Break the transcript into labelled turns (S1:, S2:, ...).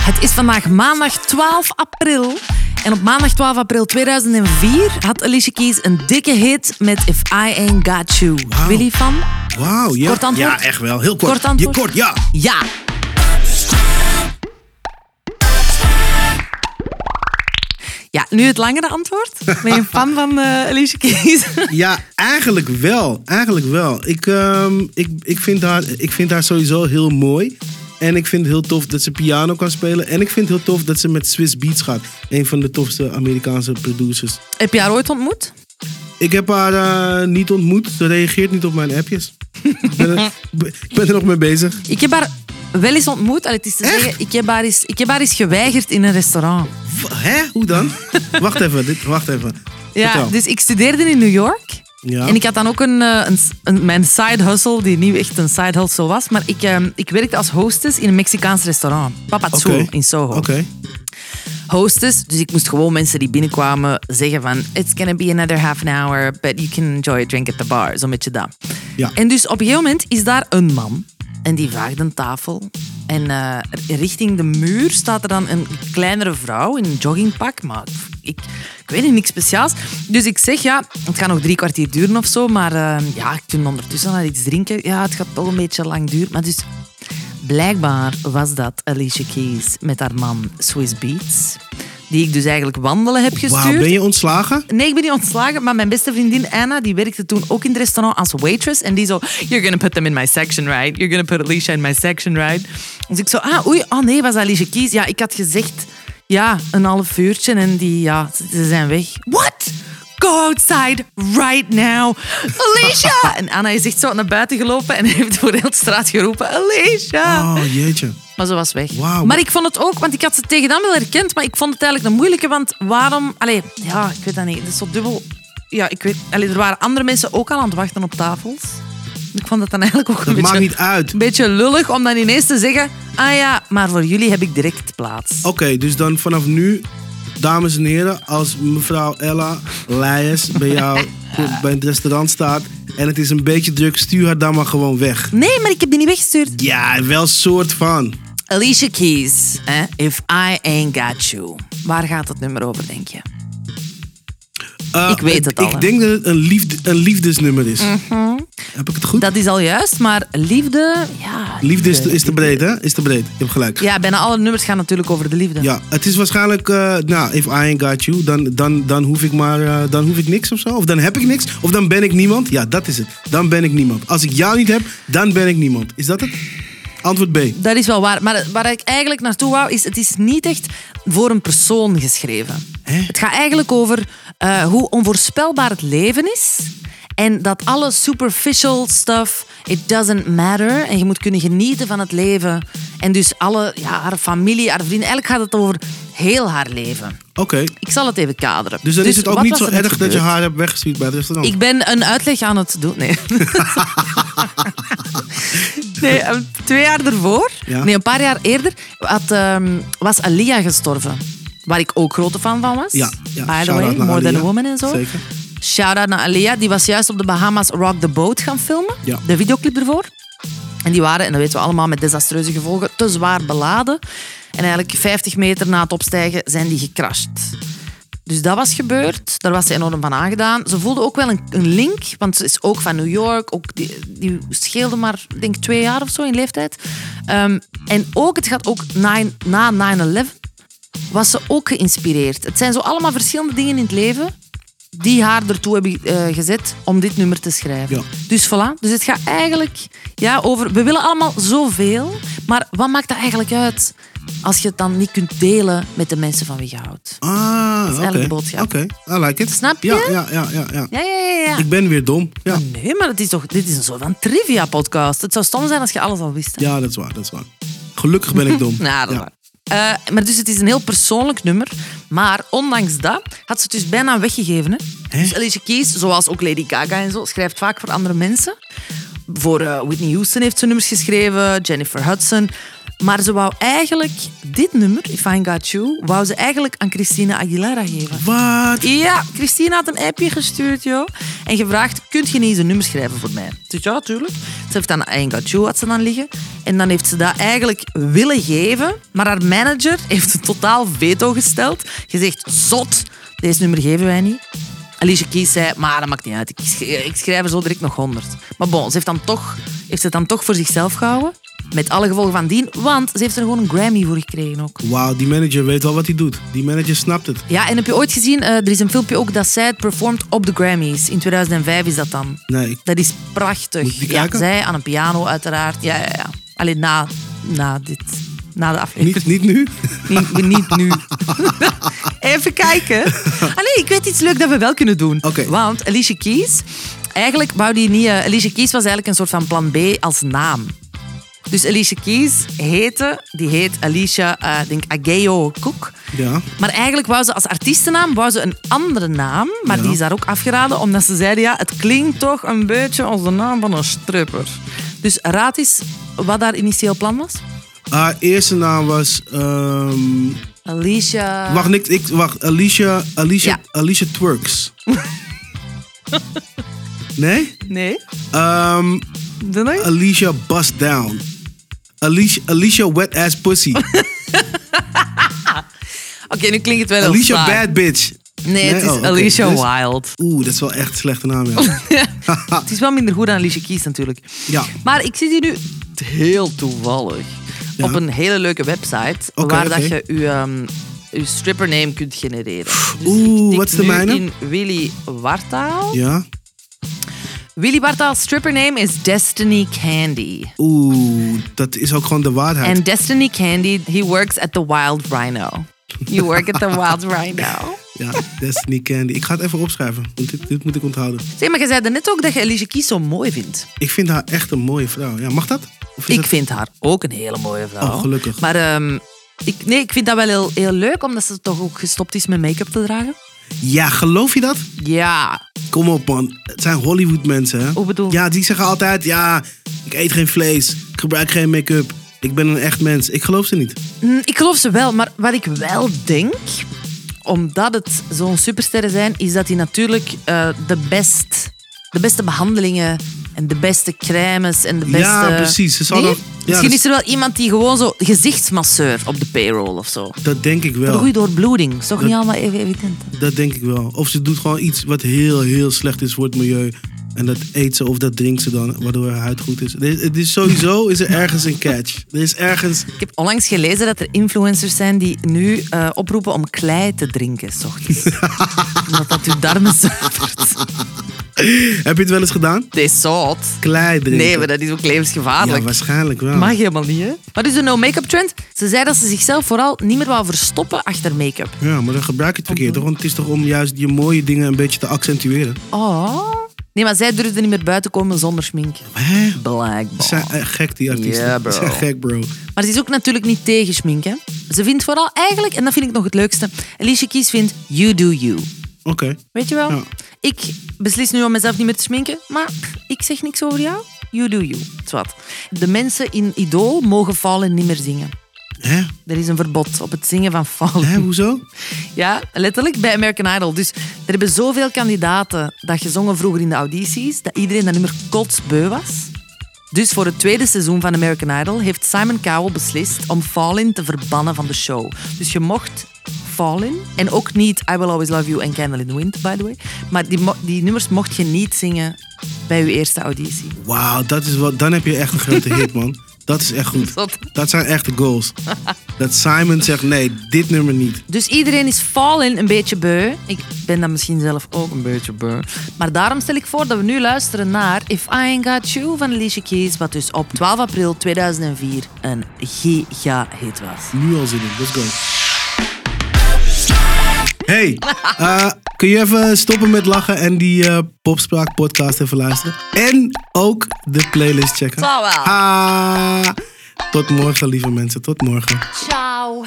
S1: Het is vandaag maandag 12 april. En op maandag 12 april 2004 had Alicia Keys een dikke hit met If I Ain't Got You. Willy van?
S2: Wauw, ja.
S1: Kort antwoord?
S2: Ja, echt wel. Heel kort.
S1: Kort antwoord?
S2: Je, kort, ja.
S1: Ja. Ja, nu het langere antwoord. Ben je een fan van eh Alicia Keys?
S2: Ja, eigenlijk wel. Eigenlijk wel. Ik, ehm, ik, ik, vind haar, ik vind haar sowieso heel mooi. En ik vind het heel tof dat ze piano kan spelen. En ik vind het heel tof dat ze met Swiss Beats gaat. Een van de tofste Amerikaanse producers.
S1: Heb je haar ooit ontmoet?
S2: Ik heb haar eh, niet ontmoet. Ze reageert niet op mijn appjes. ik, ben er, ik ben er nog mee bezig.
S1: Ik heb haar wel eens ontmoet. Allee, het is te
S2: Echt?
S1: zeggen, ik heb, haar eens, ik heb haar eens geweigerd in een restaurant.
S2: W- Hè? Hoe dan? wacht even. Dit, wacht even.
S1: Ja,
S2: Vertel.
S1: dus ik studeerde in New York.
S2: Ja.
S1: En ik had dan ook een, eh, een, een- mijn side hustle, die niet echt een side hustle was. Maar ik, ehm, ik werkte als hostess in een Mexicaans restaurant. Papazul
S2: Oké.
S1: in Soho.
S2: Oké.
S1: Hostess, dus ik moest gewoon mensen die binnenkwamen zeggen van... It's gonna be another half an hour, but you can enjoy a drink at the bar. Zo'n beetje dat.
S2: Ja.
S1: En dus op een gegeven moment is daar een man. En die vraagt een tafel. En eh, richting de muur staat er dan een kleinere vrouw in een joggingpak. Maar ik, ik weet niet, niks speciaals. Dus ik zeg, ja, het gaat nog drie kwartier duren of zo. Maar eh, ja, ik toen ondertussen al iets drinken. Ja, het gaat toch een beetje lang duren. Maar dus blijkbaar was dat Alicia Keys met haar man Swiss Beats. Die ik dus eigenlijk wandelen heb gestuurd.
S2: Wauw, ben je ontslagen?
S1: Nee, ik ben niet ontslagen, maar mijn beste vriendin Anna, die werkte toen ook in het restaurant als waitress. En die zo, you're gonna put them in my section, right? You're gonna put Alicia in my section, right? Dus ik zo, ah, oei, oh nee, was Alicia Keys? Ja, ik had gezegd, ja, een half uurtje en die, ja, ze- ze zijn weg. What? Go outside right now. Alicia! en Anna is echt zo naar buiten gelopen en heeft voor heel de straat geroepen, Alicia!
S2: Oh, jeetje.
S1: Maar ze was weg.
S2: Wauw.
S1: Maar ik vond het ook, want ik had ze tegen dan wel herkend, maar ik vond het eigenlijk een moeilijke, want waarom... Allee, ja, ik weet dat niet. Het is zo dubbel... Ja, ik weet... Allee, er waren andere mensen ook al aan het wachten op tafels. Ik vond het dan eigenlijk ook een
S2: Dat
S1: beetje...
S2: maakt niet uit.
S1: Een beetje lullig om dan ineens te zeggen... Ah ja, maar voor jullie heb ik direct plaats.
S2: Oké, dus dan vanaf nu, dames en heren, als mevrouw Ella Leijers bij jou bij het restaurant staat en het is een beetje druk, stuur haar dan maar gewoon weg.
S1: Nee, maar ik heb die niet weggestuurd.
S2: Ja, wel soort van.
S1: Alicia Keys, hè? If I Ain't Got You. Waar gaat het nummer over, denk je?
S2: Eh,
S1: Ik weet het al, hè. Mhm.
S2: Ik denk dat het een, liefde, een liefdesnummer is. Heb ik het goed?
S1: Dat is al juist, maar liefde... Ja,
S2: Liefde is te, is te breed, hè? Is te breed. Je hebt gelijk.
S1: Ja, bijna alle nummers gaan natuurlijk over de liefde.
S2: Ja, het is waarschijnlijk, eh, nou, if I ain't got you, dan, dan, dan hoef ik maar, eh, dan hoef ik niks of zo. Of dan heb ik niks, of dan ben ik niemand. Ja, dat is het. Dan ben ik niemand. Als ik jou niet heb, dan ben ik niemand. Is dat het? Antwoord B.
S1: Dat is wel waar. Maar waar ik eigenlijk naartoe wou, is het is niet echt voor een persoon geschreven. Het gaat eigenlijk over eh, hoe onvoorspelbaar het leven is. En dat alle superficial stuff, it doesn't matter. En je moet kunnen genieten van het leven. En dus alle, ja, haar familie, haar vrienden. Eigenlijk gaat het over heel haar leven.
S2: Oké.
S1: Ik zal het even kaderen.
S2: Dus dan is het ook
S1: wat
S2: niet
S1: was
S2: zo
S1: er net
S2: erg dat je
S1: gebeurd?
S2: haar hebt weggestuurd bij het restaurant.
S1: Ik ben een uitleg aan het doen. Nee. nee, ehm, twee jaar ervoor,
S2: Ja.
S1: nee, een paar jaar eerder, had, ehm, was Alia gestorven. Waar ik ook grote fan van was.
S2: Ja,
S1: By
S2: ja,
S1: the
S2: shout-out
S1: way,
S2: naar
S1: More Than a
S2: Alia.
S1: Woman en zo.
S2: Zeker.
S1: Shout-out naar Alia. Die was juist op de Bahamas Rock the Boat gaan filmen.
S2: Ja.
S1: De videoclip ervoor. En die waren, en dat weten we allemaal, met desastreuze gevolgen, te zwaar beladen. En eigenlijk 50 meter na het opstijgen zijn die gecrashed. Dus dat was gebeurd. Daar was ze enorm van aangedaan. Ze voelde ook wel een, een link, want ze is ook van New York. Ook die, die scheelde maar, ik denk twee jaar of zo in leeftijd. Ehm, en ook, het gaat ook nine- na 9-11, was ze ook geïnspireerd. Het zijn zo allemaal verschillende dingen in het leven die haar ertoe hebben eh, gezet om dit nummer te schrijven.
S2: Ja.
S1: Dus voilà. Dus het gaat eigenlijk ja, over... We willen allemaal zoveel, maar wat maakt dat eigenlijk uit als je het dan niet kunt delen met de mensen van wie je houdt?
S2: Ah, oké.
S1: eigenlijk de boodschap.
S2: Oké, I like it.
S1: Snap je?
S2: Ja, ja, ja, ja. ja.
S1: Ja, ja, ja. ja.
S2: Ik ben weer dom. Ja.
S1: Nee, maar het is toch, dit is een soort van trivia-podcast. Het zou stom zijn als je alles al wist. hè?
S2: ja, dat is waar, dat is waar. Gelukkig ben ik dom.
S1: Nou, dat
S2: Ja.
S1: waar. Eh, maar dus het is een heel persoonlijk nummer. Maar ondanks dat had ze het dus bijna weggegeven. Hè? Dus Alicia Keys, zoals ook Lady Gaga en zo, schrijft vaak voor andere mensen. Voor eh, Whitney Houston heeft ze nummers geschreven, Jennifer Hudson. Maar ze wou eigenlijk dit nummer, If I Ain't Got You, wou ze eigenlijk aan Christina Aguilera geven.
S2: Wat?
S1: Ja, Christine had een appje gestuurd, joh. En Dus gevraagd, kunt je niet eens een nummer schrijven voor mij? Ik zeg, ja, tuurlijk. Ze heeft dan I Ain't Got You, had ze dan liggen. En dan heeft ze dat eigenlijk willen geven. Maar haar manager heeft een totaal veto gesteld. Gezegd, zot, deze nummer geven wij niet. Alicia Keys zei, maar dat maakt niet uit. Ik schrijf, ik schrijf er zo direct nog honderd. Maar bon, ze heeft, dan toch, heeft ze het dan toch voor zichzelf gehouden. Met alle gevolgen van dien. Want ze heeft er gewoon een Grammy voor gekregen ook.
S2: Wauw, die manager weet wel wat hij doet. Die manager snapt het.
S1: Ja, en heb je ooit gezien, eh, er is een filmpje ook dat zij het performt op de Grammys. In 2005 is dat dan.
S2: Nee, ik-
S1: Dat is prachtig.
S2: Moet ik die
S1: ja,
S2: kijken?
S1: zij aan een piano uiteraard. Ja, ja, ja. Alleen na, na dit. Na de aflevering.
S2: niet, niet nu.
S1: Niet, niet nu. Even kijken. Allee, ik weet iets leuk dat we wel kunnen doen.
S2: Oké.
S1: Want Alicia Keys... Eigenlijk wou die niet... eh, Alicia Keys was eigenlijk een soort van plan B als naam. Dus Alicia Keys heette... Die heet Alicia, eh, ik denk Ageo Cook.
S2: Ja.
S1: Maar eigenlijk wou ze als artiestennaam wou ze een andere naam. Maar
S2: Ja.
S1: die is daar ook afgeraden, omdat ze zeiden... Ja, het klinkt toch een beetje als de naam van een stripper. Dus raad eens wat daar initieel plan was.
S2: Haar eerste naam was. ehm,
S1: Alicia...
S2: wacht, niks. Ik, wacht, Alicia. Alicia,
S1: Ja.
S2: Alicia Twerks. nee?
S1: Nee?
S2: Ehm,
S1: Doe nog eens.
S2: Alicia Bust Down. Alicia, Alicia Wet Ass Pussy.
S1: Oké, nu klinkt het wel heel
S2: Alicia
S1: saai.
S2: Bad Bitch.
S1: Nee, het is
S2: oh, oké.
S1: Alicia
S2: Dus-
S1: Wild.
S2: Oeh, dat is wel echt een slechte naam, ja.
S1: Het is wel minder goed dan Alicia Keys natuurlijk.
S2: Ja.
S1: Maar ik zit hier nu t- heel toevallig op een hele leuke website
S2: Oké,
S1: waar dat
S2: oké.
S1: je je ehm, je strippername kunt genereren. Dus
S2: Oeh,
S1: ik tik
S2: wat is de
S1: nu
S2: mijne?
S1: in Willy Wartaal.
S2: ja.
S1: Willy Wartaal's strippername is Destiny Candy.
S2: Oeh, dat is ook gewoon de waarheid.
S1: And Destiny Candy, he works at the Wild Rhino. You work at the Wild Rhino.
S2: Ja, Destiny Candy. Ik ga het even opschrijven, want dit, dit moet ik onthouden.
S1: Zeg, maar je zei net ook dat je Alicia Keys zo mooi vindt.
S2: Ik vind haar echt een mooie vrouw. Ja, mag dat? Of is
S1: Ik
S2: dat-
S1: vind haar ook een hele mooie vrouw.
S2: Oh, gelukkig.
S1: Maar ehm, ik, nee, ik vind dat wel heel, heel leuk, omdat ze toch ook gestopt is met make-up te dragen.
S2: Ja, geloof je dat?
S1: Ja,
S2: Kom op, man. Het zijn Hollywood mensen, hè?
S1: Hoe bedoel je?
S2: Ja, die zeggen altijd, ja, ik eet geen vlees, ik gebruik geen make-up, ik ben een echt mens. Ik geloof ze niet.
S1: Mm, ik geloof ze wel. Maar wat ik wel denk, omdat het zo'n supersterren zijn, is dat die natuurlijk eh, de, best, de beste behandelingen en de beste crèmes en de beste...
S2: Ja, precies. Ze zouden-
S1: Nee?
S2: ja,
S1: Misschien
S2: dus-
S1: is er wel iemand die gewoon zo gezichtsmasseur op de payroll of zo.
S2: Dat denk ik
S1: Een
S2: wel.
S1: goede doorbloeding. Is toch niet allemaal even evident?
S2: Dat denk ik wel. Of ze doet gewoon iets wat heel, heel slecht is voor het milieu. En dat eet ze of dat drinkt ze dan, waardoor haar huid goed is. Er is- Het is sowieso is er ergens een catch. Er is ergens...
S1: Ik heb onlangs gelezen dat er influencers zijn die nu eh, oproepen om klei te drinken, s ochtends. Omdat dat uw darmen zuivert.
S2: Heb je het wel eens gedaan?
S1: Het is zout.
S2: Klei drinken.
S1: Nee, maar dat is ook levensgevaarlijk.
S2: Ja, waarschijnlijk wel.
S1: Mag helemaal niet, hè? Maar dus de no-make-up trend. Ze zei dat ze zichzelf vooral niet meer wou verstoppen achter make-up.
S2: Ja, maar dan gebruik je het verkeerd, toch? Want het is toch om juist je mooie dingen een beetje te accentueren.
S1: Oh. Nee, maar zij durfde niet meer buiten komen zonder schmink.
S2: Hè?
S1: Blijkbaar.
S2: Ze zijn eh, gek, die artiesten.
S1: Ja, bro.
S2: Ze zijn gek, bro.
S1: Maar ze is ook natuurlijk niet tegen schmink, hè? Ze vindt vooral eigenlijk, en dat vind ik nog het leukste, Alicia Keys vindt You Do You.
S2: Oké.
S1: Weet je wel?
S2: Ja.
S1: Ik beslis nu om mezelf niet meer te sminken, maar ik zeg niks over jou. You do you. Het is wat. De mensen in Idol mogen Fallen niet meer zingen.
S2: Hè?
S1: Er is een verbod op het zingen van Fallen.
S2: Hè, hoezo?
S1: Ja, letterlijk bij American Idol. Dus er hebben zoveel kandidaten dat gezongen vroeger in de audities, dat iedereen dat nummer kotsbeu was. Dus voor het tweede seizoen van American Idol heeft Simon Cowell beslist om Fall In te verbannen van de show. Dus je mocht Fall In en ook niet I Will Always Love You en Candle in the Wind, by the way. Maar die, mo- die nummers mocht je niet zingen bij je eerste auditie.
S2: Wauw, dat is wat. Dan heb je echt een grote hit, man. Dat is echt goed.
S1: Zot.
S2: Dat zijn echte goals. Dat Simon zegt, nee, dit nummer niet.
S1: Dus iedereen is Fallen een beetje beu. Ik ben dat misschien zelf ook een beetje beu. Maar daarom stel ik voor dat we nu luisteren naar If I Ain't Got You van Alicia Keys, wat dus op 12 april 2004 een giga-hit was.
S2: Nu al zin in. Let's go. Hey, eh, kun je even stoppen met lachen en die eh, Popspraak podcast even luisteren? En ook de playlist checken.
S1: Zal wel.
S2: Ah, tot morgen, lieve mensen. Tot morgen.
S1: Ciao!